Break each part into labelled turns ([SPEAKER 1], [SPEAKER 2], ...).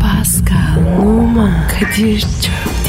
[SPEAKER 1] Pascal, Oman, Kadir çok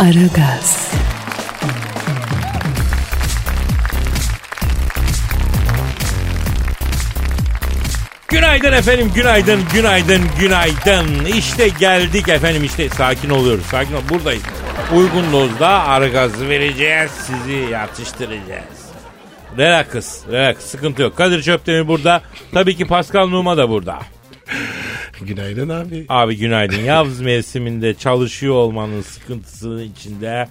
[SPEAKER 1] Aragaz,
[SPEAKER 2] Günaydın efendim, günaydın, günaydın, günaydın. İşte geldik efendim, işte sakin oluyoruz, sakin ol. Buradayız. Uygun dozda ara gazı vereceğiz, sizi yatıştıracağız. Relax, relax, sıkıntı yok. Kadir Çöptemir burada, tabii ki Pascal Numa da burada.
[SPEAKER 3] Günaydın abi.
[SPEAKER 2] Abi günaydın. Yavuz mevsiminde çalışıyor olmanın sıkıntısının içinde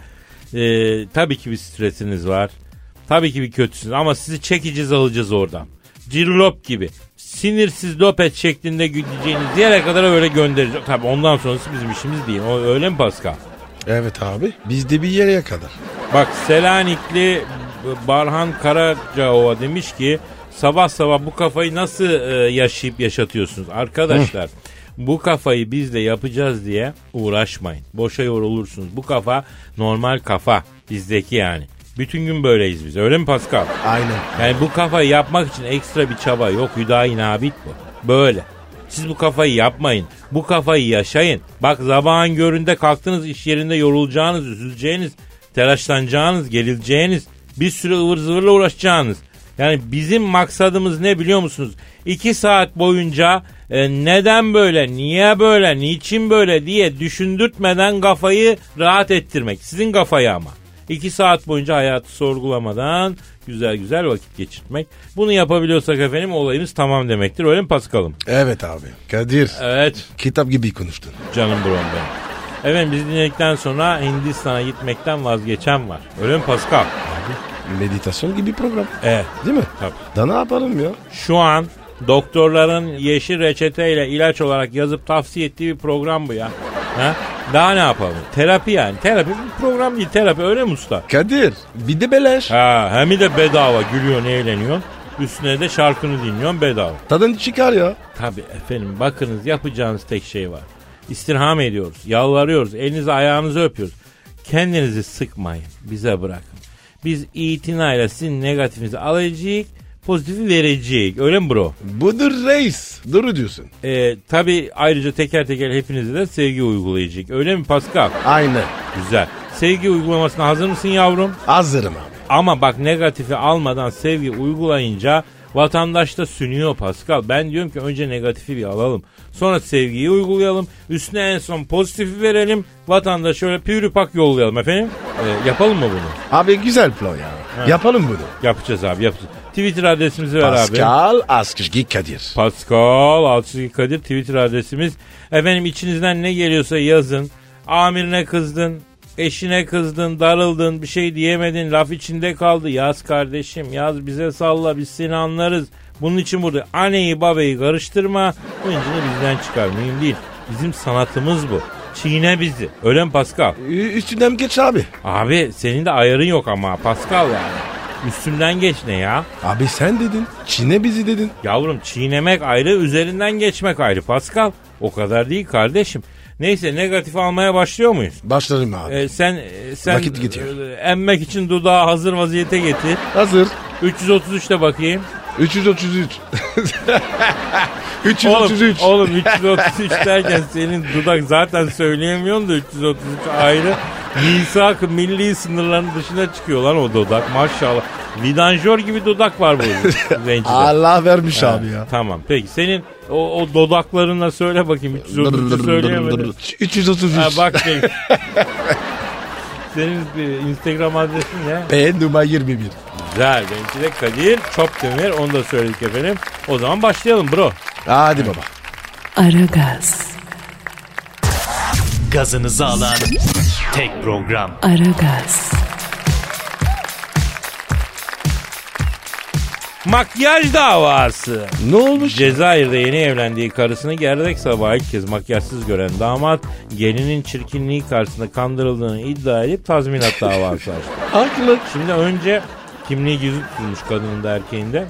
[SPEAKER 2] e, tabii ki bir stresiniz var. Tabii ki bir kötüsünüz ama sizi çekeceğiz alacağız oradan. Cirlop gibi. Sinirsiz lopet şeklinde gideceğiniz yere kadar öyle göndereceğiz. Tabii ondan sonrası bizim işimiz değil. O, öyle mi Pascal?
[SPEAKER 3] Evet abi. Bizde bir yere kadar.
[SPEAKER 2] Bak Selanikli Barhan Karacaova demiş ki sabah sabah bu kafayı nasıl e, yaşayıp yaşatıyorsunuz? Arkadaşlar bu kafayı bizle yapacağız diye uğraşmayın. Boşa yorulursunuz. Bu kafa normal kafa bizdeki yani. Bütün gün böyleyiz biz öyle mi Pascal?
[SPEAKER 3] Aynen.
[SPEAKER 2] Yani bu kafayı yapmak için ekstra bir çaba yok. Hüdayi nabit bu. Böyle. Siz bu kafayı yapmayın. Bu kafayı yaşayın. Bak sabahın göründe kalktınız iş yerinde yorulacağınız, üzüleceğiniz, telaşlanacağınız, gerileceğiniz, bir sürü ıvır zıvırla uğraşacağınız. Yani bizim maksadımız ne biliyor musunuz? İki saat boyunca e, neden böyle, niye böyle, niçin böyle diye düşündürtmeden kafayı rahat ettirmek. Sizin kafayı ama. İki saat boyunca hayatı sorgulamadan güzel güzel vakit geçirmek. Bunu yapabiliyorsak efendim olayımız tamam demektir. Öyle mi Paskal'ım?
[SPEAKER 3] Evet abi. Kadir.
[SPEAKER 2] Evet
[SPEAKER 3] Kitap gibi konuştun.
[SPEAKER 2] canım brom benim. Efendim biz dinledikten sonra Hindistan'a gitmekten vazgeçen var. Öyle mi Paskal?
[SPEAKER 3] Meditasyon gibi program.
[SPEAKER 2] Evet.
[SPEAKER 3] Değil mi?
[SPEAKER 2] Tabii.
[SPEAKER 3] Da ne yapalım ya?
[SPEAKER 2] Şu an doktorların yeşil reçeteyle ilaç olarak yazıp tavsiye ettiği bir program bu ya. Ha? Daha ne yapalım? Terapi yani. Terapi bir program değil terapi öyle mi usta?
[SPEAKER 3] Kadir. Bir de beleş.
[SPEAKER 2] Ha, hem de bedava gülüyorsun eğleniyorsun. Üstüne de şarkını dinliyorsun bedava.
[SPEAKER 3] Tadın çıkar ya.
[SPEAKER 2] Tabi efendim bakınız yapacağınız tek şey var. İstirham ediyoruz, yalvarıyoruz, elinizi ayağınızı öpüyoruz. Kendinizi sıkmayın, bize bırakın. Biz itinayla sizin negatifinizi alacağız, pozitifi vereceğiz. Öyle mi bro?
[SPEAKER 3] Budur reis. Doğru diyorsun.
[SPEAKER 2] Ee, Tabi ayrıca teker teker hepinize de sevgi uygulayacak. Öyle mi Pascal?
[SPEAKER 3] Aynen.
[SPEAKER 2] Güzel. Sevgi uygulamasına hazır mısın yavrum?
[SPEAKER 3] Hazırım abi.
[SPEAKER 2] Ama bak negatifi almadan sevgi uygulayınca vatandaşta sünüyor Pascal. Ben diyorum ki önce negatifi bir alalım. Sonra sevgiyi uygulayalım. Üstüne en son pozitifi verelim. Vatandaşa şöyle pürüpak yollayalım efendim. Ee, yapalım mı bunu?
[SPEAKER 3] Abi güzel plan ya. Yapalım bunu.
[SPEAKER 2] Yapacağız abi yapacağız. Twitter adresimizi ver abi.
[SPEAKER 3] Pascal Askışgi Kadir.
[SPEAKER 2] Pascal Altçizgi Kadir Twitter adresimiz. Efendim içinizden ne geliyorsa yazın. Amirine kızdın, eşine kızdın, darıldın, bir şey diyemedin, laf içinde kaldı. Yaz kardeşim, yaz bize salla, biz seni anlarız. Bunun için burada aneyi babayı karıştırma, bu incini bizden çıkar. Mühim değil. Bizim sanatımız bu. Çiğne bizi. Öyle mi Pascal?
[SPEAKER 3] Ü- Üstünden geç abi.
[SPEAKER 2] Abi senin de ayarın yok ama Pascal yani. Üstümden geç ne ya?
[SPEAKER 3] Abi sen dedin. Çin'e bizi dedin.
[SPEAKER 2] Yavrum çiğnemek ayrı, üzerinden geçmek ayrı Pascal. O kadar değil kardeşim. Neyse negatif almaya başlıyor muyuz?
[SPEAKER 3] Başlarım abi.
[SPEAKER 2] Ee, sen e, sen
[SPEAKER 3] Vakit gidiyor.
[SPEAKER 2] e, emmek için dudağı hazır vaziyete getir.
[SPEAKER 3] Hazır.
[SPEAKER 2] 333 de bakayım.
[SPEAKER 3] 333. 333.
[SPEAKER 2] Oğlum, oğlum 333 derken senin dudak zaten söyleyemiyorsun da 333 ayrı. Misak milli sınırların dışına çıkıyor lan o dudak maşallah. Vidanjör gibi dudak var bu zencide.
[SPEAKER 3] Allah vermiş abi ya.
[SPEAKER 2] Tamam peki senin o, o dodaklarınla söyle bakayım 333 şey söyleyemedim.
[SPEAKER 3] 333.
[SPEAKER 2] ha bak peki. Senin bir Instagram adresin ne?
[SPEAKER 3] Ben numara 21.
[SPEAKER 2] Güzel. Benimki de Kadir Çopdemir. Onu da söyledik efendim. O zaman başlayalım bro.
[SPEAKER 3] Hadi baba.
[SPEAKER 1] Aragaz,
[SPEAKER 4] gazınızı alan tek program.
[SPEAKER 1] Aragaz,
[SPEAKER 2] Makyaj davası.
[SPEAKER 3] Ne olmuş?
[SPEAKER 2] Cezayir'de yeni evlendiği karısını gerdek sabah ilk kez makyajsız gören damat gelinin çirkinliği karşısında kandırıldığını iddia edip tazminat davası açtı.
[SPEAKER 3] Haklı.
[SPEAKER 2] Şimdi önce kimliği gizli tutulmuş kadının da erkeğin de.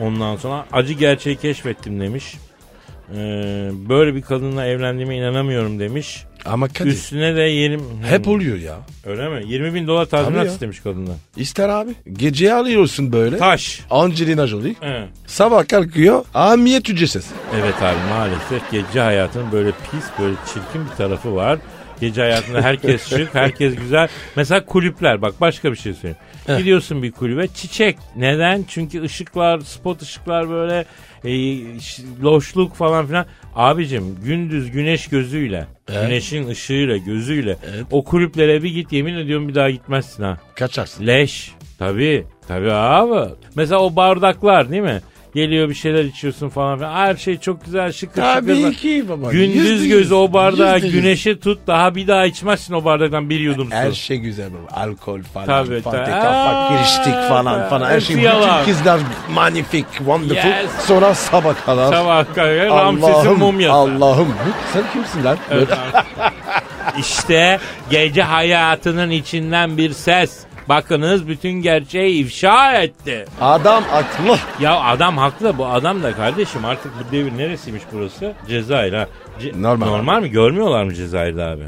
[SPEAKER 2] Ondan sonra acı gerçeği keşfettim demiş. Ee, böyle bir kadınla evlendiğime inanamıyorum demiş.
[SPEAKER 3] Ama Kadir
[SPEAKER 2] Üstüne de yeni...
[SPEAKER 3] hep
[SPEAKER 2] Hmm,
[SPEAKER 3] oluyor ya.
[SPEAKER 2] Öyle mi? 20 bin dolar tazminat
[SPEAKER 3] Tabii ya.
[SPEAKER 2] istemiş kadından.
[SPEAKER 3] İster abi. Geceye alıyorsun böyle.
[SPEAKER 2] Taş.
[SPEAKER 3] Angelina Jolie.
[SPEAKER 2] He.
[SPEAKER 3] Sabah kalkıyor. Amiyet hücresiz.
[SPEAKER 2] Evet abi maalesef gece hayatının böyle pis böyle çirkin bir tarafı var. Gece hayatında herkes şık, herkes güzel. Mesela kulüpler bak başka bir şey söyleyeyim. Gidiyorsun bir kulübe çiçek. Neden? Çünkü ışıklar, spot ışıklar böyle e, ş- loşluk falan filan. Abicim gündüz güneş gözüyle, güneşin ışığıyla, gözüyle o kulüplere bir git yemin ediyorum bir daha gitmezsin ha.
[SPEAKER 3] Kaçarsın.
[SPEAKER 2] Leş. Tabii. Tabii abi. Mesela o bardaklar değil mi? Geliyor bir şeyler içiyorsun falan filan. Her şey çok güzel şıkır şıkır.
[SPEAKER 3] Tabii ki baba.
[SPEAKER 2] Gündüz
[SPEAKER 3] Yüzde yüz.
[SPEAKER 2] gözü o bardağı
[SPEAKER 3] Yüzde yüz.
[SPEAKER 2] güneşe tut. Daha bir daha içmezsin o bardaktan bir yudum su.
[SPEAKER 3] Her şey güzel baba. Alkol falan.
[SPEAKER 2] Tabii,
[SPEAKER 3] Tabii,
[SPEAKER 2] tabii.
[SPEAKER 3] tabii.
[SPEAKER 2] Aa,
[SPEAKER 3] giriştik falan falan. Her şey.
[SPEAKER 2] hepsi yalan.
[SPEAKER 3] Bütün kızlar magnifik, wonderful.
[SPEAKER 2] Yes.
[SPEAKER 3] Sonra sabah kadar.
[SPEAKER 2] Sabah kalkıyor. Ramses'in mum yatağı.
[SPEAKER 3] Allah'ım. Bu- Sen kimsin lan?
[SPEAKER 2] Evet abi. işte gece hayatının içinden bir ses. Bakınız bütün gerçeği ifşa etti.
[SPEAKER 3] Adam aklı.
[SPEAKER 2] Ya adam haklı bu adam da kardeşim artık bu devir neresiymiş burası? Cezayir ha. Ce-
[SPEAKER 3] Normal.
[SPEAKER 2] Normal mi? Görmüyorlar mı Cezayir'de abi?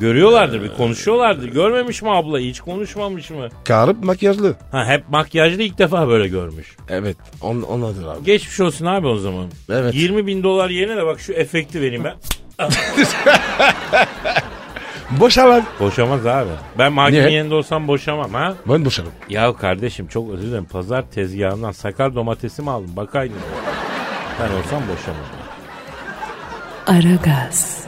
[SPEAKER 2] Görüyorlardır bir konuşuyorlardır. Görmemiş mi abla hiç konuşmamış mı?
[SPEAKER 3] Karıp makyajlı.
[SPEAKER 2] Ha hep makyajlı ilk defa böyle görmüş.
[SPEAKER 3] Evet. On, onadır abi.
[SPEAKER 2] Geçmiş olsun abi o zaman.
[SPEAKER 3] Evet.
[SPEAKER 2] 20 bin dolar yerine de bak şu efekti vereyim ben.
[SPEAKER 3] Boşalan.
[SPEAKER 2] Boşamaz abi. Ben mahkemenin
[SPEAKER 3] Niye?
[SPEAKER 2] yerinde olsam boşamam ha.
[SPEAKER 3] Ben boşarım.
[SPEAKER 2] Ya kardeşim çok özür dilerim. Pazar tezgahından sakar domatesi mi aldın? Bakaydın. Ben olsam boşamam.
[SPEAKER 1] Aragaz,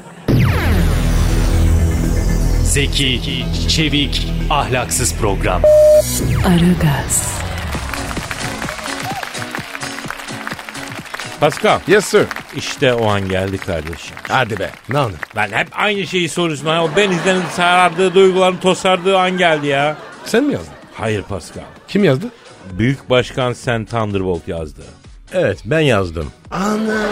[SPEAKER 4] Zeki, çevik, ahlaksız program.
[SPEAKER 1] Aragaz,
[SPEAKER 2] Pascal
[SPEAKER 3] Yes sir.
[SPEAKER 2] işte o an geldi kardeşim.
[SPEAKER 3] Hadi be. Ne anı?
[SPEAKER 2] Ben hep aynı şeyi soruyorsun. Ha, O benizlerin sarardığı, duyguların tosardığı an geldi ya.
[SPEAKER 3] Sen mi yazdın?
[SPEAKER 2] Hayır Pascal.
[SPEAKER 3] Kim yazdı?
[SPEAKER 2] Büyük Başkan Sen Thunderbolt yazdı.
[SPEAKER 5] Evet ben yazdım.
[SPEAKER 3] Ana.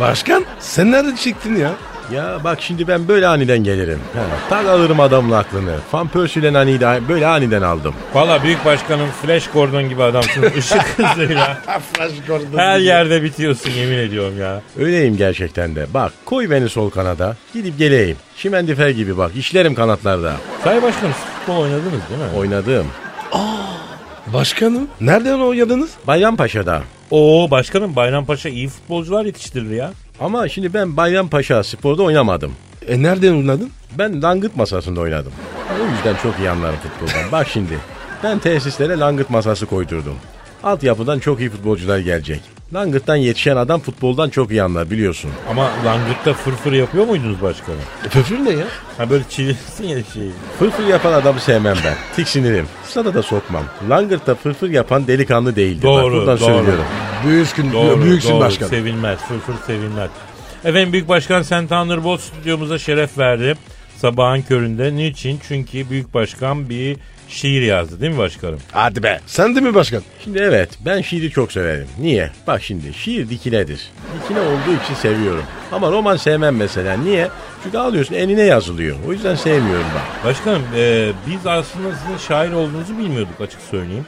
[SPEAKER 3] Başkan sen nereden çıktın ya?
[SPEAKER 5] Ya bak şimdi ben böyle aniden gelirim. Ha, tak alırım adamın aklını. Fan Persie'den aniden, böyle aniden aldım.
[SPEAKER 2] Valla Büyük Başkan'ın Flash Gordon gibi adamsın. Işık hızıyla.
[SPEAKER 3] Flash Gordon.
[SPEAKER 2] Her yerde bitiyorsun yemin ediyorum ya.
[SPEAKER 5] Öyleyim gerçekten de. Bak koy beni sol kanada. Gidip geleyim. Şimendifer gibi bak. işlerim kanatlarda.
[SPEAKER 2] Sayın Başkanım siz futbol oynadınız değil mi?
[SPEAKER 5] Oynadım.
[SPEAKER 3] Başkanım nereden oynadınız?
[SPEAKER 5] Bayrampaşa'da.
[SPEAKER 2] Oo başkanım Bayrampaşa iyi futbolcular yetiştirdi ya.
[SPEAKER 5] Ama şimdi ben Bayrampaşa sporda oynamadım.
[SPEAKER 3] E nereden oynadın?
[SPEAKER 5] Ben langırt masasında oynadım. O yüzden çok iyi anlarım futboldan. Bak şimdi. Ben tesislere langırt masası koydurdum. Altyapıdan çok iyi futbolcular gelecek. Langırttan yetişen adam futboldan çok iyi anlar biliyorsun.
[SPEAKER 2] Ama Langırt'ta fırfır yapıyor muydunuz başkanım?
[SPEAKER 3] E, pöfür ne ya?
[SPEAKER 2] Ha böyle çiğnersin ya şey. şeyi.
[SPEAKER 5] Fırfır yapan adamı sevmem ben. Tiksinirim. Sada da sokmam. Langırt'ta fırfır yapan delikanlı değildi.
[SPEAKER 2] Doğru,
[SPEAKER 5] Bak buradan
[SPEAKER 2] doğru.
[SPEAKER 5] söylüyorum.
[SPEAKER 3] Büyüksün,
[SPEAKER 2] Doğru,
[SPEAKER 3] büyüksün
[SPEAKER 2] doğru.
[SPEAKER 3] başkan.
[SPEAKER 2] Sevilmez, fırfır sevilmez. Efendim Büyük Başkan Sen Thunderbolt stüdyomuza şeref verdi. Sabahın köründe. Niçin? Çünkü Büyük Başkan bir şiir yazdı değil mi başkanım?
[SPEAKER 3] Hadi be. Sen de mi başkan?
[SPEAKER 5] Şimdi evet ben şiiri çok severim. Niye? Bak şimdi şiir dikinedir. Dikine olduğu için seviyorum. Ama roman sevmem mesela. Niye? Çünkü alıyorsun eline yazılıyor. O yüzden sevmiyorum ben.
[SPEAKER 2] Başkanım e, biz aslında sizin şair olduğunuzu bilmiyorduk açık söyleyeyim.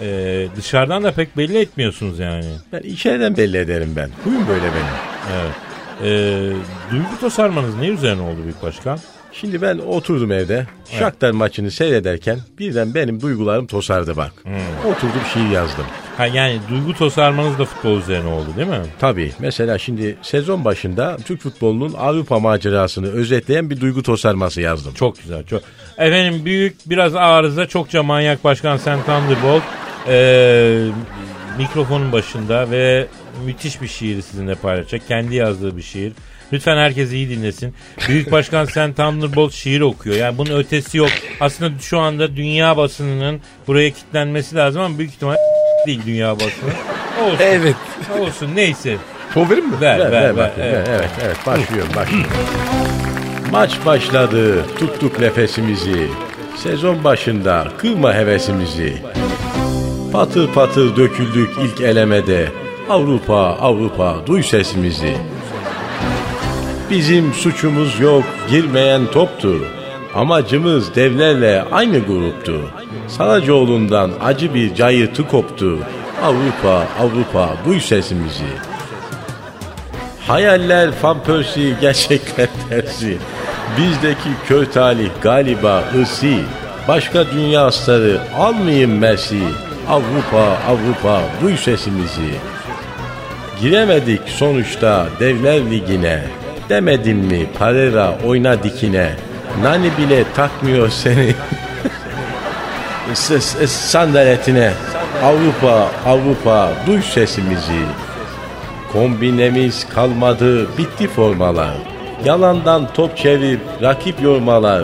[SPEAKER 2] E, dışarıdan da pek belli etmiyorsunuz yani.
[SPEAKER 5] Ben içeriden belli ederim ben. Huyum böyle benim.
[SPEAKER 2] Evet. E, duygu tasarmanız ne üzerine oldu Büyük Başkan?
[SPEAKER 5] Şimdi ben oturdum evde. Shakhtar maçını seyrederken birden benim duygularım tosardı bak.
[SPEAKER 2] Hmm.
[SPEAKER 5] Oturdum şiir yazdım.
[SPEAKER 2] Ha, yani duygu tasarmanız da futbol üzerine oldu değil mi?
[SPEAKER 5] Tabii mesela şimdi sezon başında Türk futbolunun Avrupa macerasını özetleyen bir duygu tosarması yazdım.
[SPEAKER 2] Çok güzel. Çok. Efendim büyük biraz arıza çokça manyak başkan Sen Thunderbolt eee, mikrofonun başında ve müthiş bir şiiri sizinle paylaşacak. Kendi yazdığı bir şiir. Lütfen herkes iyi dinlesin. Büyük Başkan Sen Thunderbolt şiir okuyor. Yani bunun ötesi yok. Aslında şu anda dünya basınının buraya kilitlenmesi lazım ama büyük ihtimal değil dünya basını. Olsun.
[SPEAKER 3] Evet.
[SPEAKER 2] Olsun neyse.
[SPEAKER 3] Şov verir mi?
[SPEAKER 2] Ver ver ver.
[SPEAKER 5] bakayım,
[SPEAKER 2] evet.
[SPEAKER 5] ver, evet, evet, başlıyorum, başlıyorum. Maç başladı, tuttuk nefesimizi. Sezon başında kırma hevesimizi. Patır patır döküldük ilk elemede. Avrupa, Avrupa duy sesimizi. Bizim suçumuz yok, girmeyen toptur. Amacımız devlerle aynı gruptu. Saracoğlu'ndan acı bir cayırtı koptu. Avrupa, Avrupa duy sesimizi. Hayaller fanpörsi, gerçekler tersi. Bizdeki kör talih galiba ısi. Başka dünya astarı almayın mersi. Avrupa, Avrupa duy sesimizi. Giremedik sonuçta Devler Ligi'ne. Demedim mi Parera oyna dikine. Nani bile takmıyor seni. S- s- Sandaletine. Avrupa, Avrupa duy sesimizi. Kombinemiz kalmadı, bitti formalar. Yalandan top çevirip rakip yormalar.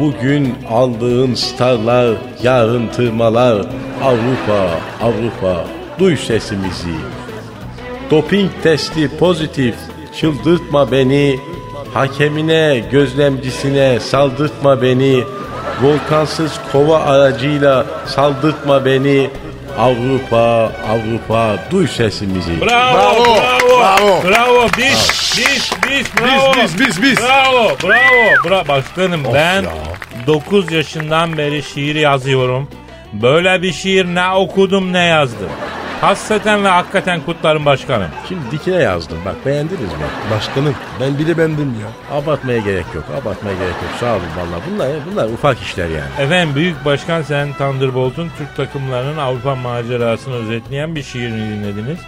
[SPEAKER 5] Bugün aldığın starlar, yarın tırmalar. Avrupa, Avrupa, duy sesimizi. Doping testi pozitif, çıldırtma beni. Hakemine, gözlemcisine saldırtma beni. Volkansız kova aracıyla saldırtma beni. Avrupa, Avrupa, duy sesimizi.
[SPEAKER 2] Bravo, bravo,
[SPEAKER 3] Bravo,
[SPEAKER 2] bravo,
[SPEAKER 3] bravo.
[SPEAKER 2] Biz, biz, biz, bravo.
[SPEAKER 3] biz, biz, biz.
[SPEAKER 2] Bravo, bravo. Bra Başkanım ben
[SPEAKER 3] ya.
[SPEAKER 2] 9 yaşından beri şiir yazıyorum. Böyle bir şiir ne okudum ne yazdım. Hasreten ve hakikaten kutlarım başkanım.
[SPEAKER 5] Şimdi dikine yazdım bak beğendiniz mi?
[SPEAKER 3] Başkanım ben bile bendim ya.
[SPEAKER 5] Abartmaya gerek yok. Abartmaya gerek yok. Sağ olun valla. Bunlar, bunlar ufak işler yani.
[SPEAKER 2] Efendim Büyük Başkan Sen Thunderbolt'un Türk takımlarının Avrupa macerasını özetleyen bir şiirini dinlediniz.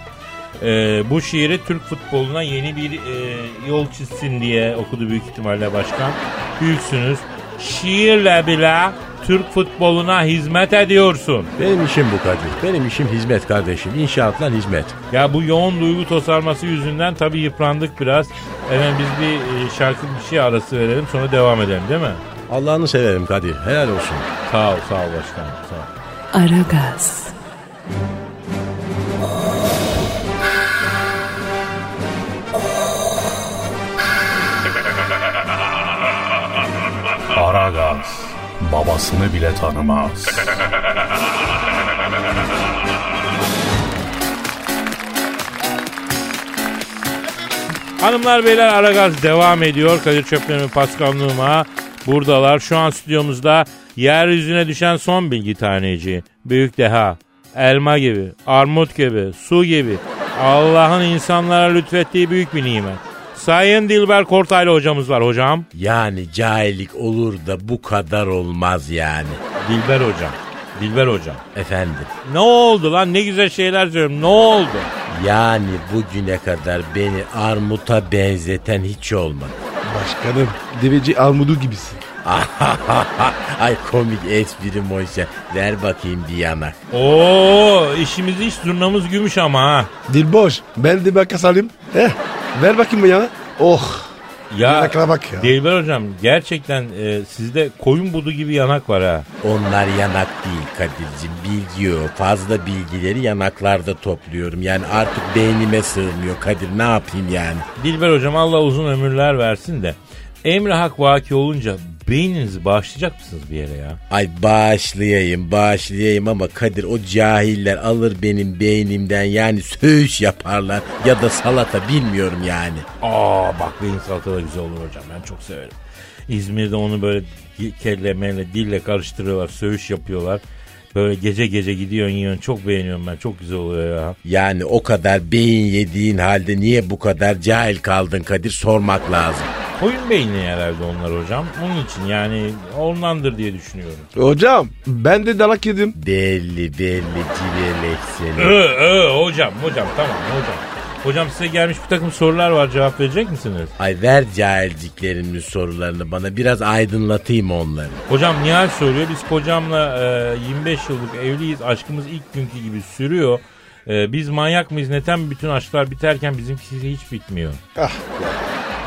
[SPEAKER 2] Ee, bu şiiri Türk futboluna yeni bir e, yol çizsin diye okudu büyük ihtimalle başkan. Büyüksünüz. Şiirle bile Türk futboluna hizmet ediyorsun.
[SPEAKER 5] Benim işim bu Kadir. Benim işim hizmet kardeşim. İnşaatla hizmet.
[SPEAKER 2] Ya bu yoğun duygu tosarması yüzünden tabii yıprandık biraz. Efendim biz bir e, şarkı bir şey arası verelim sonra devam edelim değil mi?
[SPEAKER 5] Allah'ını severim Kadir. Helal olsun.
[SPEAKER 2] Sağ ol sağ ol başkanım sağ ol.
[SPEAKER 1] Aragaz,
[SPEAKER 4] Aragaz babasını bile tanımaz.
[SPEAKER 2] Hanımlar beyler Aragaz devam ediyor. Kadir Çöpleri ve Pascal Numa buradalar. Şu an stüdyomuzda yeryüzüne düşen son bilgi taneci. Büyük deha. Elma gibi, armut gibi, su gibi. Allah'ın insanlara lütfettiği büyük bir nimet. Sayın Dilber Kortaylı hocamız var hocam.
[SPEAKER 5] Yani cahillik olur da bu kadar olmaz yani.
[SPEAKER 2] Dilber hocam. Dilber hocam.
[SPEAKER 5] Efendim.
[SPEAKER 2] Ne oldu lan? Ne güzel şeyler söylüyorum. Ne oldu?
[SPEAKER 5] Yani bugüne kadar beni armuta benzeten hiç olmadı.
[SPEAKER 3] Başkanım deveci armudu gibisin.
[SPEAKER 5] Ay komik esprim oysa. Ver bakayım bir yanak.
[SPEAKER 2] Oo, işimiz iş zurnamız gümüş ama ha.
[SPEAKER 3] Dil boş. Ben de makas alayım. Heh. Eh, Ver bakayım bu yana. Oh. Yanaklara bak ya.
[SPEAKER 2] Dilber hocam gerçekten e, sizde koyun budu gibi yanak var ha.
[SPEAKER 5] Onlar yanak değil Kadir'cim bilgi o. Fazla bilgileri yanaklarda topluyorum. Yani artık beynime sığmıyor Kadir ne yapayım yani.
[SPEAKER 2] Dilber hocam Allah uzun ömürler versin de. Emre Hak vaki olunca beyninizi bağışlayacak mısınız bir yere ya?
[SPEAKER 5] Ay bağışlayayım bağışlayayım ama Kadir o cahiller alır benim beynimden yani söğüş yaparlar ya da salata bilmiyorum yani.
[SPEAKER 2] Aa bak beyin salata da güzel olur hocam ben çok severim. İzmir'de onu böyle di- kelle melle dille karıştırıyorlar söğüş yapıyorlar. Böyle gece gece gidiyorsun yiyorsun çok beğeniyorum ben çok güzel oluyor ya.
[SPEAKER 5] Yani o kadar beyin yediğin halde niye bu kadar cahil kaldın Kadir sormak lazım.
[SPEAKER 2] Koyun beyni herhalde onlar hocam. Onun için yani ondandır diye düşünüyorum.
[SPEAKER 3] Hocam ben de dalak yedim.
[SPEAKER 5] Belli belli civelek seni.
[SPEAKER 2] Ö, ö, hocam hocam tamam hocam. Hocam size gelmiş bir takım sorular var cevap verecek misiniz?
[SPEAKER 5] Ay ver cahilciklerimin sorularını bana biraz aydınlatayım onları.
[SPEAKER 2] Hocam Nihal soruyor biz kocamla e, 25 yıllık evliyiz aşkımız ilk günkü gibi sürüyor. E, biz manyak mıyız neden bütün aşklar biterken bizimkisi hiç bitmiyor?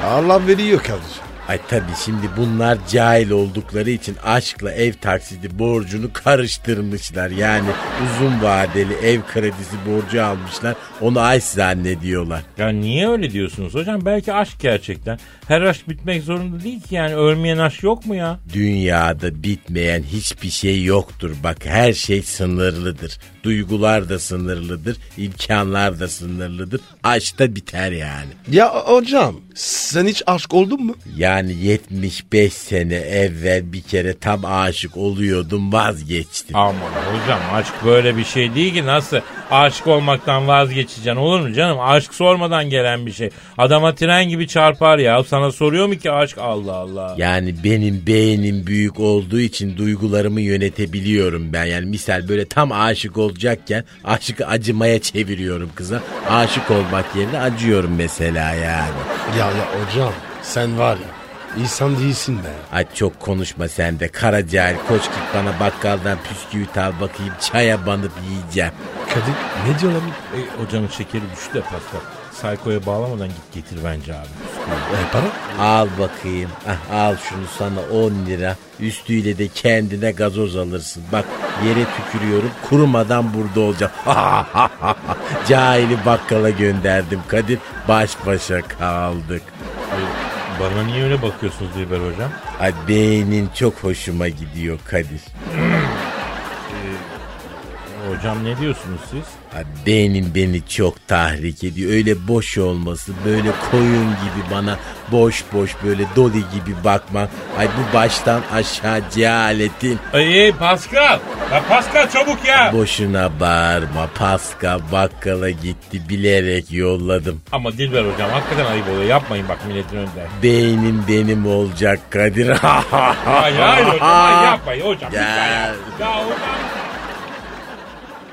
[SPEAKER 3] Allah veriyor kardeşim.
[SPEAKER 6] Ay tabi şimdi bunlar cahil oldukları için aşkla ev taksidi borcunu karıştırmışlar. Yani uzun vadeli ev kredisi borcu almışlar. Onu aşk zannediyorlar.
[SPEAKER 2] Ya niye öyle diyorsunuz hocam? Belki aşk gerçekten. Her aşk bitmek zorunda değil ki yani. Ölmeyen aşk yok mu ya?
[SPEAKER 6] Dünyada bitmeyen hiçbir şey yoktur. Bak her şey sınırlıdır. Duygular da sınırlıdır. imkanlar da sınırlıdır. Aşk da biter yani.
[SPEAKER 3] Ya hocam sen hiç aşk oldun mu?
[SPEAKER 6] Yani 75 sene evvel bir kere tam aşık oluyordum vazgeçtim.
[SPEAKER 2] Aman hocam aşk böyle bir şey değil ki nasıl aşık olmaktan vazgeçeceksin olur mu canım? Aşk sormadan gelen bir şey. Adama tren gibi çarpar ya. Sana soruyor mu ki aşk? Allah Allah.
[SPEAKER 6] Yani benim beynim büyük olduğu için duygularımı yönetebiliyorum ben. Yani misal böyle tam aşık olacakken aşıkı acımaya çeviriyorum kıza. Aşık olmak yerine acıyorum mesela yani.
[SPEAKER 3] Ya ya hocam sen var ya insan değilsin be.
[SPEAKER 6] Ay çok konuşma sen de Karaciğer koç git bana bakkaldan bisküvit al bakayım çaya banıp yiyeceğim.
[SPEAKER 3] Kadir ne diyor lan?
[SPEAKER 2] E, hocanın şekeri düştü de Pascal. Saykoya bağlamadan git getir bence abi.
[SPEAKER 3] E, para?
[SPEAKER 6] Al bakayım ah, al şunu sana 10 lira üstüyle de kendine gazoz alırsın. Bak yere tükürüyorum kurumadan burada olacağım. Cahili bakkala gönderdim Kadir baş başa kaldık.
[SPEAKER 2] Bana niye öyle bakıyorsunuz Dilber hocam?
[SPEAKER 6] Ay beynin çok hoşuma gidiyor Kadir.
[SPEAKER 2] Hocam ne diyorsunuz siz?
[SPEAKER 6] Ay beynin beni çok tahrik ediyor. Öyle boş olması, böyle koyun gibi bana boş boş böyle doli gibi bakma. Ay bu baştan aşağı cehaletin.
[SPEAKER 2] Ay Pascal. Ya Pascal çabuk ya.
[SPEAKER 6] Boşuna bağırma. Paska bakkala gitti bilerek yolladım.
[SPEAKER 2] Ama Dilber hocam hakikaten ayıp oluyor. Yapmayın bak milletin önünde.
[SPEAKER 6] Beynin benim olacak Kadir.
[SPEAKER 2] Hayır hayır hocam hayır, yapmayın hocam.
[SPEAKER 6] Ya.
[SPEAKER 2] lütfen Ya. ya hocam.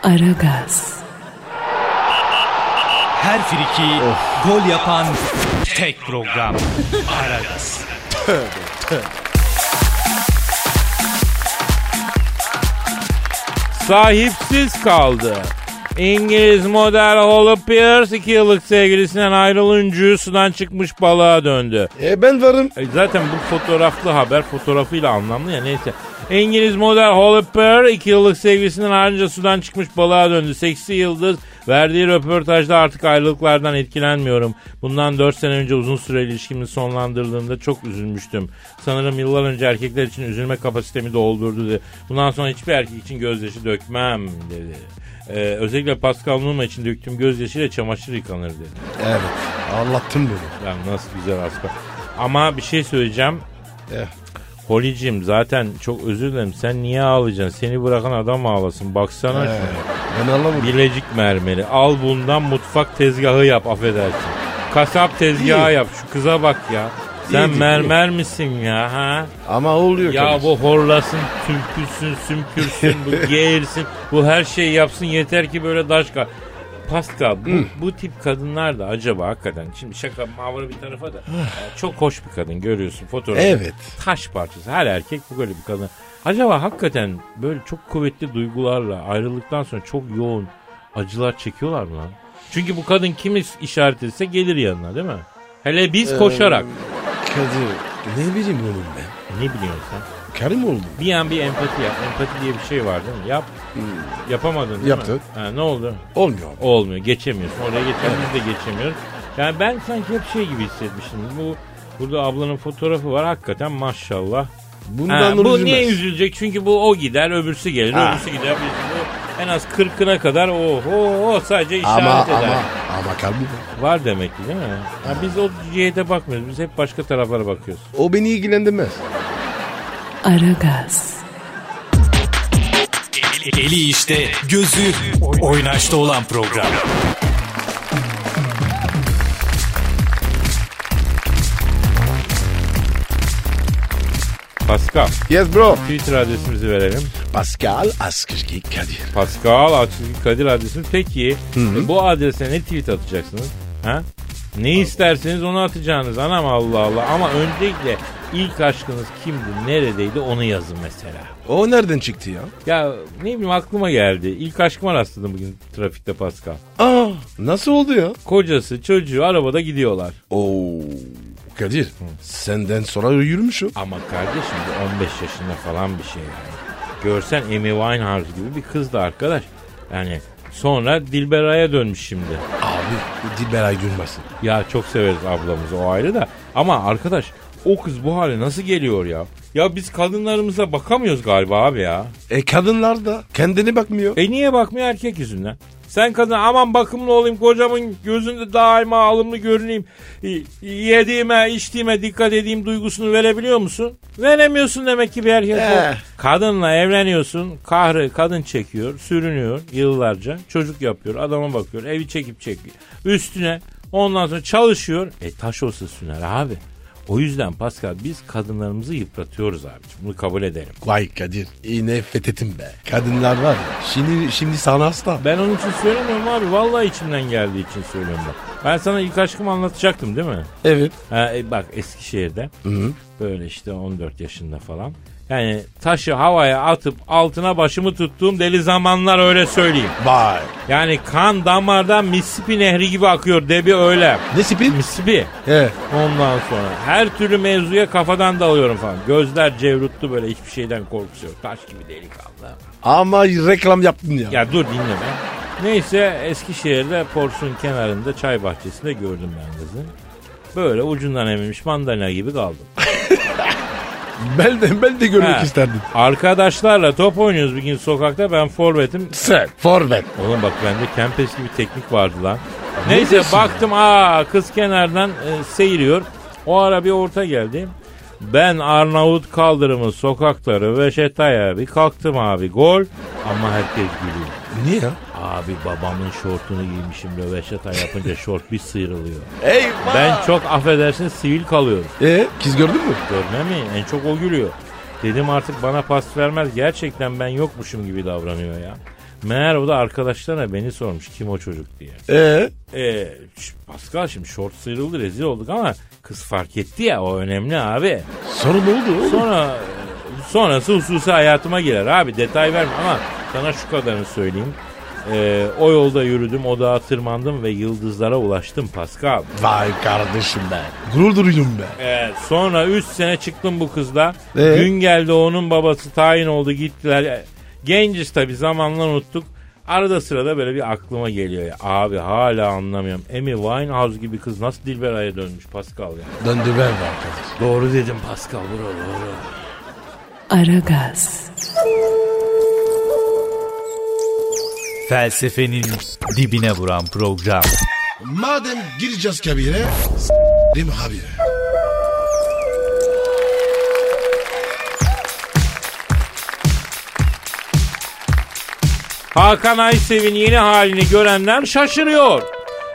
[SPEAKER 1] Aragaz,
[SPEAKER 7] Her friki gol yapan tek program. Aragaz.
[SPEAKER 2] sahipsiz kaldı. İngiliz model Holly Pierce 2 yıllık sevgilisinden ayrılınca sudan çıkmış balığa döndü.
[SPEAKER 3] E ben varım.
[SPEAKER 2] E, zaten bu fotoğraflı haber fotoğrafıyla anlamlı ya neyse. İngiliz model Holly Pierce 2 yıllık sevgilisinden ayrılınca sudan çıkmış balığa döndü. Seksi yıldız verdiği röportajda artık ayrılıklardan etkilenmiyorum. Bundan 4 sene önce uzun süreli ilişkimi sonlandırdığımda çok üzülmüştüm. Sanırım yıllar önce erkekler için üzülme kapasitemi doldurdu dedi. Bundan sonra hiçbir erkek için gözyaşı dökmem dedi. E, özellikle Pascal Numa için döktüğüm gözyaşıyla çamaşır yıkanır dedi.
[SPEAKER 3] Evet anlattım bunu.
[SPEAKER 2] Ya nasıl güzel asker. Ama bir şey söyleyeceğim.
[SPEAKER 3] Eh.
[SPEAKER 2] Holicim zaten çok özür dilerim. Sen niye ağlayacaksın? Seni bırakan adam ağlasın. Baksana
[SPEAKER 3] E,
[SPEAKER 2] şuna.
[SPEAKER 3] ben anlamadım.
[SPEAKER 2] Bilecik mermeri. Al bundan mutfak tezgahı yap affedersin. Kasap tezgahı yap. Şu kıza bak ya. Sen
[SPEAKER 3] İyi, iyi.
[SPEAKER 2] mermer misin ya ha?
[SPEAKER 3] Ama oluyor
[SPEAKER 2] Ya
[SPEAKER 3] Kadir.
[SPEAKER 2] bu horlasın, sümkürsün, sümkürsün, bu geğirsin, bu her şeyi yapsın yeter ki böyle daşka. Pascal bu, bu tip kadınlar da acaba hakikaten şimdi şaka mavra bir tarafa da e, çok hoş bir kadın görüyorsun fotoğrafı.
[SPEAKER 3] Evet.
[SPEAKER 2] Taş parçası her erkek bu böyle bir kadın. Acaba hakikaten böyle çok kuvvetli duygularla ayrıldıktan sonra çok yoğun acılar çekiyorlar mı lan? Çünkü bu kadın kimi işaret etse gelir yanına değil mi? Hele biz koşarak.
[SPEAKER 3] Kadir ne bileyim oğlum ben.
[SPEAKER 2] Ne biliyorsun sen?
[SPEAKER 3] Karım oldu.
[SPEAKER 2] Bir an bir empati yap. Empati diye bir şey var değil mi? Yap.
[SPEAKER 3] Hmm.
[SPEAKER 2] Yapamadın değil mi?
[SPEAKER 3] Yaptım.
[SPEAKER 2] Ha, ne oldu?
[SPEAKER 3] Olmuyor abi.
[SPEAKER 2] Olmuyor. Geçemiyorsun. Oraya geçen biz de geçemiyoruz. Yani ben sanki hep şey gibi hissetmiştim. Bu burada ablanın fotoğrafı var. Hakikaten maşallah.
[SPEAKER 3] Bundan
[SPEAKER 2] Ha,
[SPEAKER 3] olur
[SPEAKER 2] bu niye
[SPEAKER 3] üzülmez.
[SPEAKER 2] üzülecek? Çünkü bu o gider, öbürsü gelir,
[SPEAKER 3] Ha.
[SPEAKER 2] öbürsü gider. Biz bu en az 40'ına kadar oho sadece işaret
[SPEAKER 3] Ama
[SPEAKER 2] eder.
[SPEAKER 3] ama ama kalbi bu.
[SPEAKER 2] Var demek ki değil mi? Ha, biz o cihete bakmıyoruz. Biz hep başka taraflara bakıyoruz.
[SPEAKER 3] O beni ilgilendirmez.
[SPEAKER 1] Aragaz,
[SPEAKER 7] Eli işte, gözü oynaşta olan program.
[SPEAKER 2] Pascal,
[SPEAKER 3] Yes bro.
[SPEAKER 2] Twitter adresimizi verelim.
[SPEAKER 3] Pascal Askışki Kadir.
[SPEAKER 2] Pascal Askizgi Kadir adresimiz. Peki e, bu adrese ne tweet atacaksınız? Ha? Ne isterseniz onu atacaksınız anam Allah Allah. Ama öncelikle ilk aşkınız kimdi, neredeydi onu yazın mesela.
[SPEAKER 3] O nereden çıktı ya?
[SPEAKER 2] Ya ne bileyim aklıma geldi. İlk aşkıma rastladım bugün trafikte Pascal.
[SPEAKER 3] Aa Ah, nasıl oldu ya?
[SPEAKER 2] Kocası çocuğu arabada gidiyorlar.
[SPEAKER 3] Oo. Kadir senden sonra yürümüş o.
[SPEAKER 2] Ama kardeşim bu 15 yaşında falan bir şey yani. Görsen Amy Winehouse gibi bir kızdı arkadaş. Yani sonra Dilberay'a dönmüş şimdi.
[SPEAKER 3] Abi Dilberay durmasın.
[SPEAKER 2] Ya çok severiz ablamızı o ayrı da. Ama arkadaş o kız bu hale nasıl geliyor ya? Ya biz kadınlarımıza bakamıyoruz galiba abi ya.
[SPEAKER 3] E kadınlar da kendine bakmıyor.
[SPEAKER 2] E niye bakmıyor erkek yüzünden? Sen kadın aman bakımlı olayım kocamın gözünde daima alımlı görüneyim. y- Yediğime içtiğime dikkat edeyim duygusunu verebiliyor musun? Veremiyorsun demek ki bir erkek. ol.
[SPEAKER 3] Eh.
[SPEAKER 2] Kadınla evleniyorsun kahrı kadın çekiyor sürünüyor yıllarca çocuk yapıyor adama bakıyor evi çekip çekiyor. Üstüne ondan sonra çalışıyor. E taş olsa süner abi. O yüzden Pascal biz kadınlarımızı yıpratıyoruz abicim bunu kabul edelim.
[SPEAKER 3] Vay Kadir yine fethetim be. Kadınlar var ya şimdi, şimdi sana hasta.
[SPEAKER 2] Ben onun için söylemiyorum abi. Vallahi içimden geldiği için söylüyorum bak. Ben sana ilk aşkımı anlatacaktım değil mi?
[SPEAKER 3] Evet.
[SPEAKER 2] Ha, e, bak Eskişehir'de böyle işte 14 yaşında falan. Yani taşı havaya atıp altına başımı tuttuğum deli zamanlar öyle söyleyeyim.
[SPEAKER 3] Vay.
[SPEAKER 2] Yani kan damardan Mississippi nehri gibi akıyor debi öyle.
[SPEAKER 3] Ne sipil?
[SPEAKER 2] Mississippi.
[SPEAKER 3] He.
[SPEAKER 2] Ondan sonra her türlü mevzuya kafadan dalıyorum falan. Gözler cevruttu böyle hiçbir şeyden korkusu yok. Taş gibi delikanlı.
[SPEAKER 3] Ama reklam yaptın ya.
[SPEAKER 2] Ya dur dinle be. Neyse Eskişehir'de Porsun kenarında çay bahçesinde gördüm ben kızı. Böyle ucundan eminmiş mandalina gibi kaldım.
[SPEAKER 3] Ben de, ben de görmek
[SPEAKER 2] Ha,
[SPEAKER 3] isterdim.
[SPEAKER 2] Arkadaşlarla top oynuyoruz bir gün sokakta ben forvetim.
[SPEAKER 3] Sen forvet.
[SPEAKER 2] Oğlum bak bende kempes gibi teknik vardı lan. Neyse baktım aa kız kenardan e, seyiriyor. O ara bir orta geldi. Ben Arnavut kaldırımı sokakları Veşetay'a bir kalktım abi gol ama herkes gülüyor.
[SPEAKER 3] Niye ya?
[SPEAKER 2] Abi babamın şortunu giymişim röveşata yapınca şort bir sıyrılıyor.
[SPEAKER 3] Eyvah.
[SPEAKER 2] Ben çok affedersin sivil kalıyorum.
[SPEAKER 3] E kız gördün mü?
[SPEAKER 2] Görme mi? En çok o gülüyor. Dedim artık bana pas vermez. Gerçekten ben yokmuşum gibi davranıyor ya. Meğer o da arkadaşlarına beni sormuş kim o çocuk diye.
[SPEAKER 3] E
[SPEAKER 2] Eee Pascal şimdi şort sıyrıldı rezil olduk ama kız fark etti ya o önemli abi.
[SPEAKER 3] sonra ne oldu? oğlum?
[SPEAKER 2] Sonra sonrası hususi hayatıma girer abi detay verme ama sana şu kadarını söyleyeyim. Ee, o yolda yürüdüm, o dağa tırmandım ve yıldızlara ulaştım Pascal.
[SPEAKER 3] Vay kardeşim be. Gurur duydum be.
[SPEAKER 2] Ee, sonra 3 sene çıktım bu kızla.
[SPEAKER 3] Ee?
[SPEAKER 2] Gün geldi onun babası tayin oldu gittiler. Genciz tabi zamanla unuttuk. Arada sırada böyle bir aklıma geliyor ya. Abi hala anlamıyorum. Amy Winehouse gibi kız nasıl Dilberay'a dönmüş Pascal ya.
[SPEAKER 3] Döndü ben be Kadir.
[SPEAKER 2] Doğru dedim Pascal bravo bravo.
[SPEAKER 1] Aragaz,
[SPEAKER 8] Felsefenin dibine vuran program.
[SPEAKER 3] Madem gireceğiz kabire. Değil mi abi?
[SPEAKER 2] Hakan Aysev'in yeni halini görenler şaşırıyor.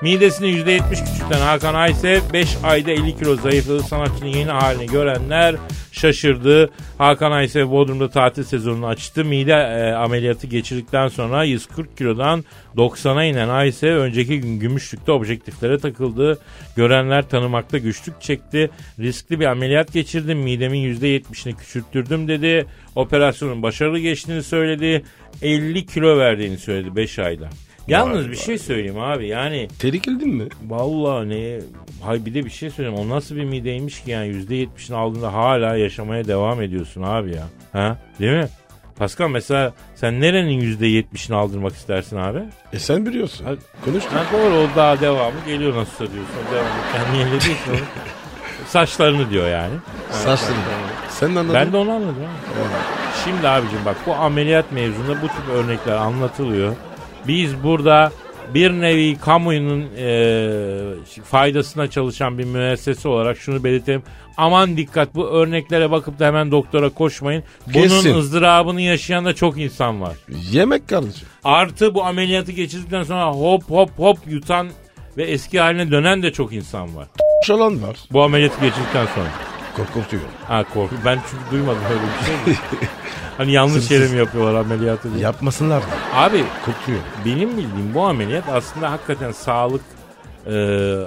[SPEAKER 2] Midesini %70 küçülten Hakan Aysev 5 ayda 50 kilo zayıfladı. Sanatçının yeni halini görenler şaşırdı. Hakan Aysev Bodrum'da tatil sezonunu açtı. Mide e, ameliyatı geçirdikten sonra 140 kilodan 90'a inen Aysev önceki gün gümüşlükte objektiflere takıldı. Görenler tanımakta güçlük çekti. Riskli bir ameliyat geçirdim. Midemin %70'ini küçülttürdüm dedi. Operasyonun başarılı geçtiğini söyledi. 50 kilo verdiğini söyledi 5 ayda. Yalnız bir şey söyleyeyim abi yani
[SPEAKER 3] Tehlikelidin mi?
[SPEAKER 2] vallahi ne hay bir de bir şey söyleyeyim o nasıl bir mideymiş ki yani %70'ini aldığında hala yaşamaya devam ediyorsun abi ya. Ha? Değil mi? Pascal mesela sen nerenin %70'ini aldırmak istersin abi?
[SPEAKER 3] E sen biliyorsun.
[SPEAKER 2] Hadi.
[SPEAKER 3] Konuş. da.
[SPEAKER 2] Ha, doğru o daha devamı geliyor nasıl diyorsun. O Devamı kendi yerine değil ki oğlum. Saçlarını diyor yani.
[SPEAKER 3] Saçlarını. Sen de anladın.
[SPEAKER 2] Ben de onu anladım. ha. Şimdi abicim bak bu ameliyat mevzunda bu tip örnekler anlatılıyor. Biz burada bir nevi kamuoyunun e, faydasına çalışan bir müessese olarak şunu belirtelim. Aman dikkat bu örneklere bakıp da hemen doktora koşmayın. Bunun
[SPEAKER 3] Kesin.
[SPEAKER 2] ızdırabını yaşayan da çok insan var.
[SPEAKER 3] Yemek kardeşim.
[SPEAKER 2] Artı bu ameliyatı geçirdikten sonra hop hop hop yutan ve eski haline dönen de çok insan var.
[SPEAKER 3] Şalan var.
[SPEAKER 2] Bu ameliyatı geçirdikten sonra.
[SPEAKER 3] Korkutuyor.
[SPEAKER 2] Ha korku. Ben çünkü duymadım öyle bir şey. de. hani yanlış yere mi yapıyorlar ameliyatı diye.
[SPEAKER 3] Yapmasınlar da.
[SPEAKER 2] Abi
[SPEAKER 3] Korkutuyor.
[SPEAKER 2] benim bildiğim bu ameliyat aslında hakikaten sağlık e,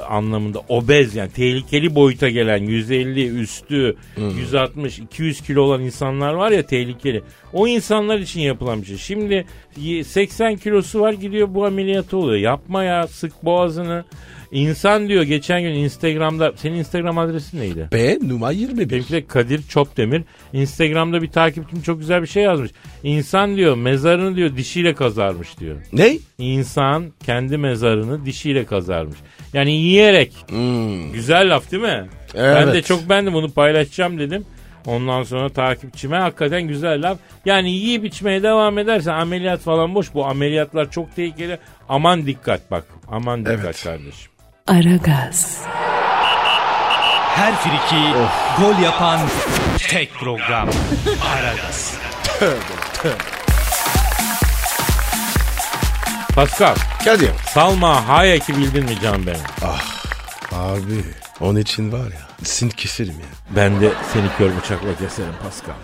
[SPEAKER 2] anlamında obez yani tehlikeli boyuta gelen 150 üstü 160 200 kilo olan insanlar var ya tehlikeli. O insanlar için yapılan bir şey. Şimdi y- 80 kilosu var gidiyor bu ameliyatı oluyor. Yapma ya sık boğazını. İnsan diyor geçen gün Instagram'da senin Instagram adresin neydi?
[SPEAKER 3] B numara 21.
[SPEAKER 2] Benimki de Kadir Çopdemir. Instagram'da bir takipçim çok güzel bir şey yazmış. İnsan diyor mezarını diyor dişiyle kazarmış diyor.
[SPEAKER 3] Ne?
[SPEAKER 2] İnsan kendi mezarını dişiyle kazarmış. Yani yiyerek. Güzel laf değil mi? Ben de
[SPEAKER 3] Hmm. Evet.
[SPEAKER 2] çok bendim bunu paylaşacağım dedim. Ondan sonra takipçime hakikaten güzel laf. Yani yiyip içmeye devam edersen ameliyat falan boş. Bu ameliyatlar çok tehlikeli. Aman dikkat bak. Aman dikkat
[SPEAKER 3] Evet.
[SPEAKER 2] kardeşim.
[SPEAKER 1] Aragaz,
[SPEAKER 8] Her friki gol yapan tek program. Aragaz.
[SPEAKER 2] Pascal,
[SPEAKER 3] Kadir.
[SPEAKER 2] Salma Hayek'i bildin mi can benim?
[SPEAKER 3] Abi onun için var ya. Sin keserim ya.
[SPEAKER 2] Ben de seni kör bıçakla keserim Pascal.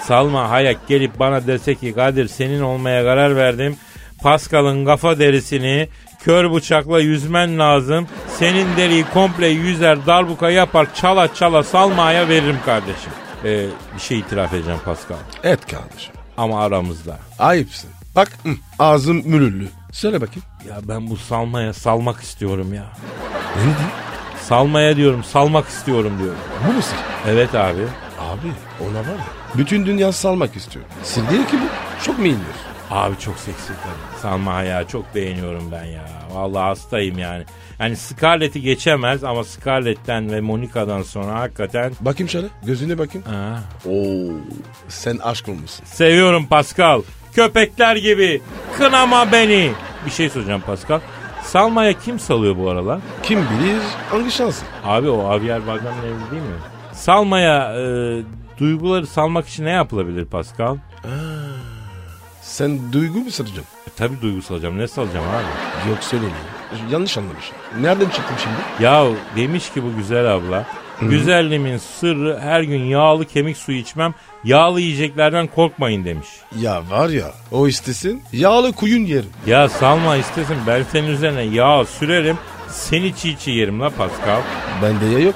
[SPEAKER 2] Salma Hayek gelip bana dese ki Kadir senin olmaya karar verdim. Pascal'ın kafa derisini kör bıçakla yüzmen lazım. Senin deriyi komple yüzer darbuka yapar çala çala Salma'ya veririm kardeşim. Ee, bir şey itiraf edeceğim Pascal
[SPEAKER 3] Et kardeşim.
[SPEAKER 2] ama aramızda.
[SPEAKER 3] Ayıpsın. Bak hı, ağzım mürüllü. Söyle bakayım.
[SPEAKER 2] Ya ben bu Salma'ya salmak istiyorum ya. Salma'ya diyorum salmak istiyorum diyorum.
[SPEAKER 3] Bu musun?
[SPEAKER 2] Evet abi.
[SPEAKER 3] Abi ona var ya. Bütün dünya salmak istiyor. Sin değil ki bu. Çok mu indir?
[SPEAKER 2] Abi çok seksi kadın. Salma Hayek'i çok beğeniyorum ben ya. Vallahi hastayım yani. Yani Scarlett'i geçemez ama Scarlett'ten ve Monica'dan sonra hakikaten
[SPEAKER 3] Bakayım şöyle. Gözüne bakayım.
[SPEAKER 2] Ha.
[SPEAKER 3] Oo. Sen aşk olmuşsun.
[SPEAKER 2] seviyorum Pascal. Köpekler gibi. Kınama beni. Bir şey soracağım Pascal. Salma'ya kim salıyor bu aralar?
[SPEAKER 3] Kim bilir hangi şansı?
[SPEAKER 2] Abi o Javier Bardem'in evli değil mi? Salma'ya e, duyguları salmak için ne yapılabilir Pascal?
[SPEAKER 3] Sen duygu mu satacaksın?
[SPEAKER 2] E, tabii duygu salacağım. Ne salacağım abi?
[SPEAKER 3] Yok söyleyeyim. Yanlış anlamışım. Nereden çıktım şimdi?
[SPEAKER 2] Ya demiş ki bu güzel abla. Güzelliğimin sırrı her gün yağlı kemik suyu içmem. Yağlı yiyeceklerden korkmayın demiş.
[SPEAKER 3] Ya var ya o istesin yağlı kuyun yerim.
[SPEAKER 2] Ya Salma istesin ben senin üzerine yağ sürerim. Seni çiğ çiğ yerim la Pascal.
[SPEAKER 3] Bende ya yok.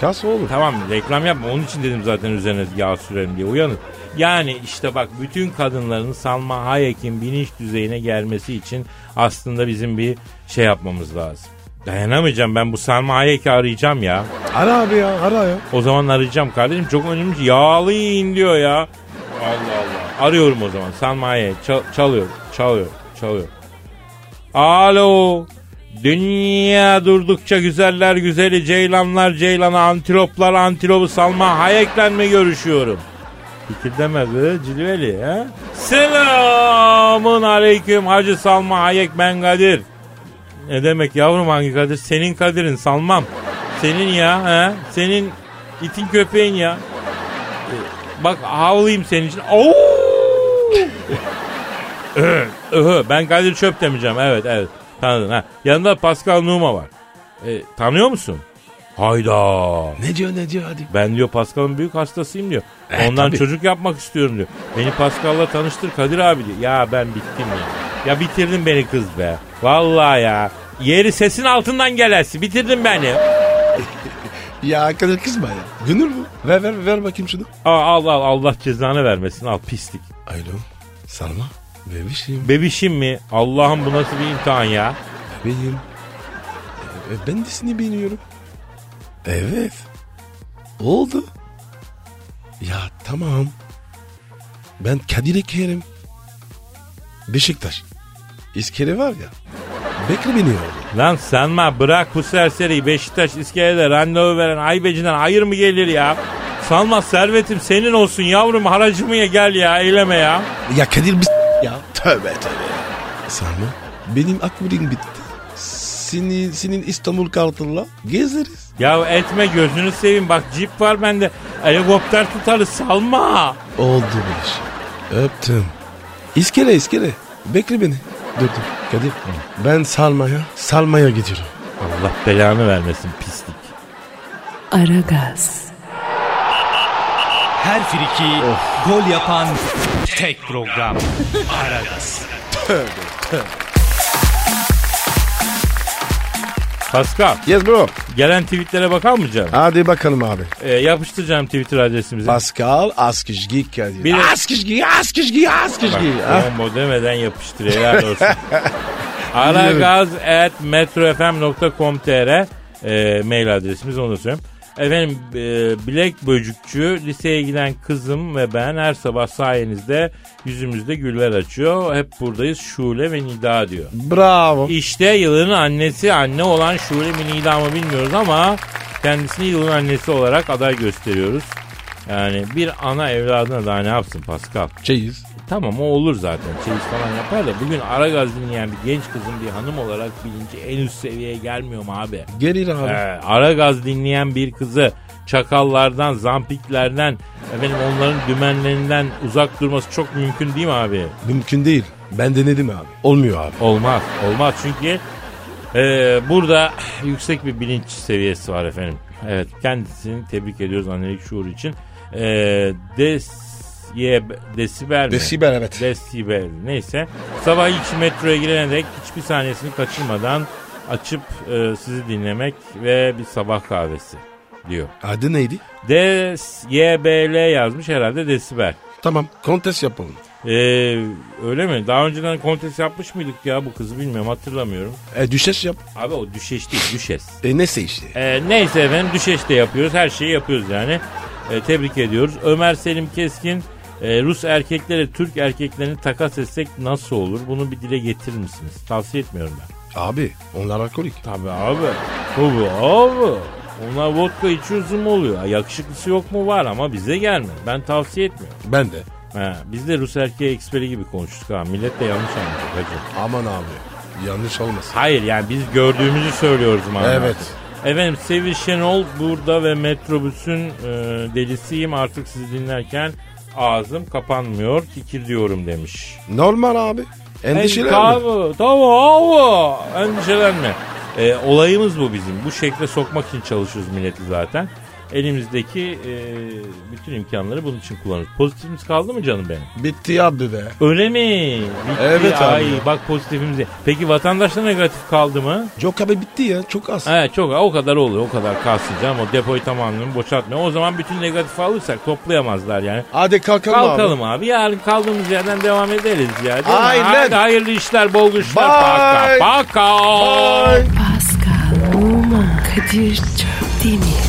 [SPEAKER 3] Kas oğlum.
[SPEAKER 2] Tamam reklam yapma onun için dedim zaten üzerine yağ sürerim diye uyanın. Yani işte bak bütün kadınların Salma Hayek'in bilinç düzeyine gelmesi için aslında bizim bir şey yapmamız lazım. Dayanamayacağım ben bu Salma Hayek'i arayacağım ya.
[SPEAKER 3] Ara abi ya ara ya.
[SPEAKER 2] O zaman arayacağım kardeşim. Çok önemli. Yağlı yiyin diyor ya. Allah Allah. Arıyorum o zaman. Salmaye. Çal- çalıyor. Çalıyor. Çalıyor. Alo. Dünya durdukça güzeller güzeli ceylanlar ceylana antiloplar antilopu salma hayekle mi görüşüyorum? Fikir deme kız cilveli he? Selamun aleyküm Hacı Salma Hayek ben Kadir. Ne demek yavrum hangi Kadir? Senin Kadir'in salmam. Senin ya he? Senin itin köpeğin ya. Ee, Bak havlayayım senin için. Oo! Öhö, öhö, Öh, ben Kadir Çöp demeyeceğim. Evet evet. Tanıdın ha. Yanında Pascal Numa var. Ee, tanıyor musun? Hayda.
[SPEAKER 3] Ne diyor ne diyor hadi.
[SPEAKER 2] Ben diyor Pascal'ın büyük hastasıyım diyor.
[SPEAKER 3] E,
[SPEAKER 2] Ondan
[SPEAKER 3] tabii.
[SPEAKER 2] çocuk yapmak istiyorum diyor. Beni Pascal'la tanıştır Kadir abi diyor. Ya ben bittim ya. Ya bitirdin beni kız be. Vallahi ya. Yeri sesin altından gelesi. Bitirdin beni.
[SPEAKER 3] Ya kadar kızma ya. Gönül bu. Ver ver ver bakayım şunu.
[SPEAKER 2] Aa, al al Allah cezanı vermesin al pislik.
[SPEAKER 3] Alo. Sarma. Bebişim.
[SPEAKER 2] Bebişim mi? Allah'ım bu nasıl bir imtihan ya?
[SPEAKER 3] Bebeğim. E, ben de seni beğeniyorum. Evet. Oldu. Ya tamam. Ben Kadir Kerim. Beşiktaş. İskele var ya. Bekle beni orada.
[SPEAKER 2] Lan sanma bırak bu serseriyi Beşiktaş iskelede randevu veren Aybeci'den hayır mı gelir ya? Sanma servetim senin olsun yavrum haracımı ye gel ya eyleme ya.
[SPEAKER 3] Ya Kadir bir ya. Tövbe tövbe. Sarma. Benim akbilim bitti. Seni, senin İstanbul kartınla gezeriz.
[SPEAKER 2] Ya etme gözünü seveyim bak cip var bende helikopter tutarız salma.
[SPEAKER 3] Oldu bir şey. Öptüm. İskele iskele. Bekle beni. Dur dur. Kadir. Ben Salma'ya. Salma'ya gidiyorum.
[SPEAKER 2] Allah belanı vermesin pislik.
[SPEAKER 1] Aragaz,
[SPEAKER 8] Her friki gol yapan tek program. Aragaz.
[SPEAKER 2] Pascal
[SPEAKER 3] Yes bro.
[SPEAKER 2] gelen tweetlere bakar mı canım?
[SPEAKER 3] Hadi bakalım abi.
[SPEAKER 2] Ee, yapıştıracağım Twitter adresimizi.
[SPEAKER 3] Pascal Askizgi Kadir.
[SPEAKER 2] Bir de-
[SPEAKER 3] Askizgi Askizgi Askizgi.
[SPEAKER 2] Bak,
[SPEAKER 3] Ah,
[SPEAKER 2] Combo demeden yapıştır helal olsun. aragaz.metrofm.com.tr e, mail adresimiz onu da söyleyeyim. Efendim e, Bilek Böcükçü liseye giden kızım ve ben her sabah sayenizde yüzümüzde güller açıyor. Hep buradayız Şule ve Nida diyor.
[SPEAKER 3] Bravo.
[SPEAKER 2] İşte yılın annesi anne olan Şule mi Nida mı bilmiyoruz ama kendisini yılın annesi olarak aday gösteriyoruz. Yani bir ana evladına daha ne yapsın Pascal?
[SPEAKER 3] Çeyiz.
[SPEAKER 2] Tamam o olur zaten. Çeyiz falan yapar da bugün Aragaz dinleyen bir genç kızın bir hanım olarak bilinci en üst seviyeye gelmiyor mu abi?
[SPEAKER 3] Gelir abi.
[SPEAKER 2] Ee, Aragaz dinleyen bir kızı çakallardan, zampiklerden, efendim onların dümenlerinden uzak durması çok mümkün değil mi abi?
[SPEAKER 3] Mümkün değil. Ben denedim abi. Olmuyor abi.
[SPEAKER 2] Olmaz. Olmaz çünkü e, burada yüksek bir bilinç seviyesi var efendim. Evet kendisini tebrik ediyoruz annelik şuuru için. E, des ye, desibel mi?
[SPEAKER 3] Desibel, evet.
[SPEAKER 2] Desibel neyse. Sabah ilk metroya girene dek hiçbir saniyesini kaçırmadan açıp e, sizi dinlemek ve bir sabah kahvesi diyor.
[SPEAKER 3] Adı neydi?
[SPEAKER 2] Des YBL yazmış herhalde desibel.
[SPEAKER 3] Tamam. Kontes yapalım.
[SPEAKER 2] E, öyle mi? Daha önceden kontes yapmış mıydık ya bu kızı bilmiyorum hatırlamıyorum.
[SPEAKER 3] E, düşes yap.
[SPEAKER 2] Abi o düşeş değil düşes.
[SPEAKER 3] E, neyse işte.
[SPEAKER 2] Ee, neyse efendim düşeş de yapıyoruz. Her şeyi yapıyoruz yani. Ee, tebrik ediyoruz. Ömer Selim Keskin e, Rus erkeklere Türk erkeklerini takas etsek nasıl olur? Bunu bir dile getirir misiniz? Tavsiye etmiyorum ben.
[SPEAKER 3] Abi onlar alkolik.
[SPEAKER 2] Tabii abi. Tabii abi. Onlar vodka içiyor zoom oluyor. Ha, Yakışıklısı yok mu var ama bize gelmiyor. Ben tavsiye etmiyorum.
[SPEAKER 3] Ben de.
[SPEAKER 2] Ha, biz de Rus erkeği eksperi gibi konuştuk ha. Millet de yanlış anlayacak hacı.
[SPEAKER 3] Aman abi. Yanlış olmasın.
[SPEAKER 2] Hayır yani biz gördüğümüzü söylüyoruz manada.
[SPEAKER 3] Evet.
[SPEAKER 2] Efendim Sevil Şenol burada ve Metrobüs'ün e, delisiyim artık sizi dinlerken ağzım kapanmıyor kikirdiyorum demiş.
[SPEAKER 3] Normal abi. Endişelenme.
[SPEAKER 2] Tabi tabi endişelenme. E, olayımız bu bizim bu şekle sokmak için çalışıyoruz milleti zaten. Elimizdeki e, bütün imkanları bunun için kullanıyoruz. Pozitifimiz kaldı mı canım benim?
[SPEAKER 3] Bitti abi be.
[SPEAKER 2] Öyle mi? Bitti.
[SPEAKER 3] Evet abi.
[SPEAKER 2] Ay, bak pozitifimiz. Peki vatandaşta negatif kaldı mı?
[SPEAKER 3] Yok abi bitti ya. Çok az.
[SPEAKER 2] Evet çok o kadar oluyor o kadar kalsın canım o depoyu tamamen boşaltmıyor. O zaman bütün negatifi alırsak toplayamazlar yani.
[SPEAKER 3] Hadi kalkalım,
[SPEAKER 2] Kalkalım abi. yarın kaldığımız yerden devam ederiz ya. Değil mi?
[SPEAKER 3] Aynen.
[SPEAKER 2] Hadi hayırlı işler bol güçler.
[SPEAKER 3] Bye.
[SPEAKER 2] Paka paka.
[SPEAKER 3] abi.
[SPEAKER 1] Pascal, Oman, Kadir çok değil mi?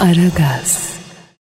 [SPEAKER 1] Aragaz.